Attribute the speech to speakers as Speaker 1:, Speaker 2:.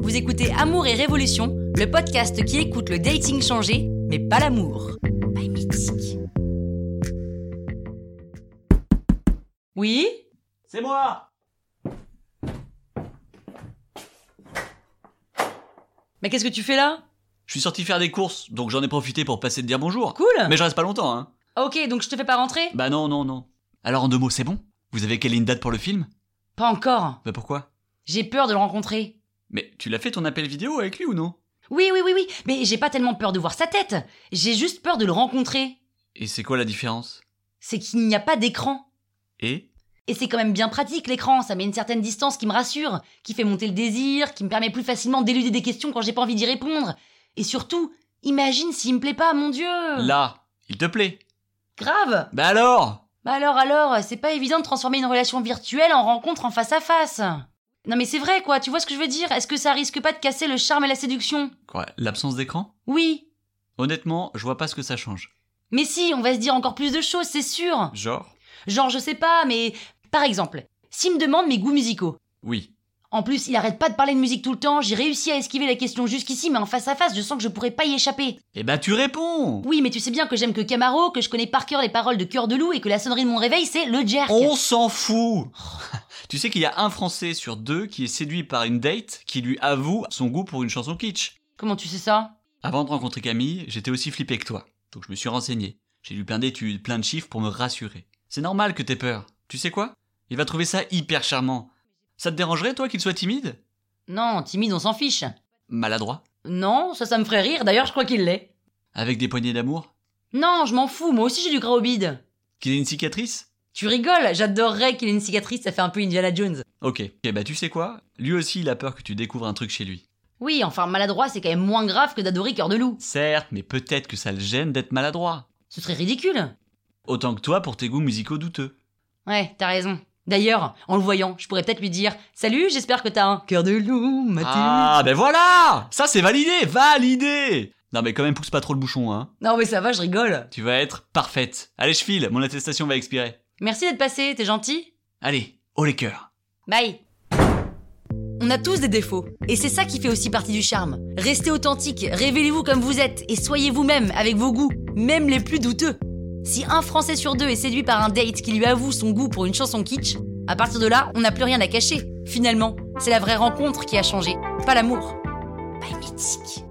Speaker 1: Vous écoutez Amour et Révolution, le podcast qui écoute le dating changé, mais pas l'amour. By Mythique. Oui
Speaker 2: C'est moi
Speaker 1: Mais qu'est-ce que tu fais là
Speaker 2: Je suis sorti faire des courses, donc j'en ai profité pour passer te dire bonjour.
Speaker 1: Cool
Speaker 2: Mais je reste pas longtemps, hein.
Speaker 1: Ok, donc je te fais pas rentrer
Speaker 2: Bah non, non, non. Alors en deux mots, c'est bon Vous avez quelle ligne date pour le film
Speaker 1: Pas encore.
Speaker 2: Bah pourquoi
Speaker 1: J'ai peur de le rencontrer.
Speaker 2: Mais tu l'as fait ton appel vidéo avec lui ou non
Speaker 1: Oui, oui, oui, oui, mais j'ai pas tellement peur de voir sa tête. J'ai juste peur de le rencontrer.
Speaker 2: Et c'est quoi la différence
Speaker 1: C'est qu'il n'y a pas d'écran.
Speaker 2: Et
Speaker 1: Et c'est quand même bien pratique l'écran, ça met une certaine distance qui me rassure, qui fait monter le désir, qui me permet plus facilement d'éluder des questions quand j'ai pas envie d'y répondre. Et surtout, imagine s'il me plaît pas, mon dieu
Speaker 2: Là, il te plaît
Speaker 1: Grave
Speaker 2: Bah alors
Speaker 1: Bah alors alors, c'est pas évident de transformer une relation virtuelle en rencontre en face à face. Non mais c'est vrai quoi, tu vois ce que je veux dire Est-ce que ça risque pas de casser le charme et la séduction
Speaker 2: Quoi L'absence d'écran
Speaker 1: Oui.
Speaker 2: Honnêtement, je vois pas ce que ça change.
Speaker 1: Mais si, on va se dire encore plus de choses, c'est sûr.
Speaker 2: Genre
Speaker 1: Genre je sais pas, mais par exemple, s'il me demande mes goûts musicaux,
Speaker 2: Oui.
Speaker 1: En plus, il arrête pas de parler de musique tout le temps, j'ai réussi à esquiver la question jusqu'ici, mais en face à face, je sens que je pourrais pas y échapper.
Speaker 2: Eh bah tu réponds
Speaker 1: Oui, mais tu sais bien que j'aime que Camaro, que je connais par cœur les paroles de Cœur de Loup et que la sonnerie de mon réveil, c'est le jerk.
Speaker 2: On s'en fout Tu sais qu'il y a un Français sur deux qui est séduit par une date qui lui avoue son goût pour une chanson kitsch.
Speaker 1: Comment tu sais ça
Speaker 2: Avant de rencontrer Camille, j'étais aussi flippé que toi. Donc je me suis renseigné. J'ai lu plein d'études, plein de chiffres pour me rassurer. C'est normal que t'aies peur. Tu sais quoi Il va trouver ça hyper charmant. Ça te dérangerait, toi, qu'il soit timide
Speaker 1: Non, timide, on s'en fiche.
Speaker 2: Maladroit
Speaker 1: Non, ça, ça me ferait rire, d'ailleurs, je crois qu'il l'est.
Speaker 2: Avec des poignées d'amour
Speaker 1: Non, je m'en fous, moi aussi j'ai du gras au bide.
Speaker 2: Qu'il ait une cicatrice
Speaker 1: Tu rigoles, j'adorerais qu'il ait une cicatrice, ça fait un peu Indiana Jones.
Speaker 2: Ok. Eh bah tu sais quoi Lui aussi, il a peur que tu découvres un truc chez lui.
Speaker 1: Oui, enfin, maladroit, c'est quand même moins grave que d'adorer Cœur de Loup.
Speaker 2: Certes, mais peut-être que ça le gêne d'être maladroit.
Speaker 1: Ce serait ridicule.
Speaker 2: Autant que toi pour tes goûts musicaux douteux.
Speaker 1: Ouais, t'as raison. D'ailleurs, en le voyant, je pourrais peut-être lui dire Salut, j'espère que t'as un cœur de loup, Mathilde.
Speaker 2: Ah, ben voilà Ça, c'est validé Validé Non, mais quand même, pousse pas trop le bouchon, hein.
Speaker 1: Non, mais ça va, je rigole.
Speaker 2: Tu vas être parfaite. Allez, je file, mon attestation va expirer.
Speaker 1: Merci d'être passé, t'es gentil.
Speaker 2: Allez, haut les cœurs.
Speaker 1: Bye. On a tous des défauts, et c'est ça qui fait aussi partie du charme. Restez authentique, révélez-vous comme vous êtes, et soyez vous-même avec vos goûts, même les plus douteux. Si un Français sur deux est séduit par un date qui lui avoue son goût pour une chanson kitsch, à partir de là, on n'a plus rien à cacher. Finalement, c'est la vraie rencontre qui a changé, pas l'amour. Bye mythique.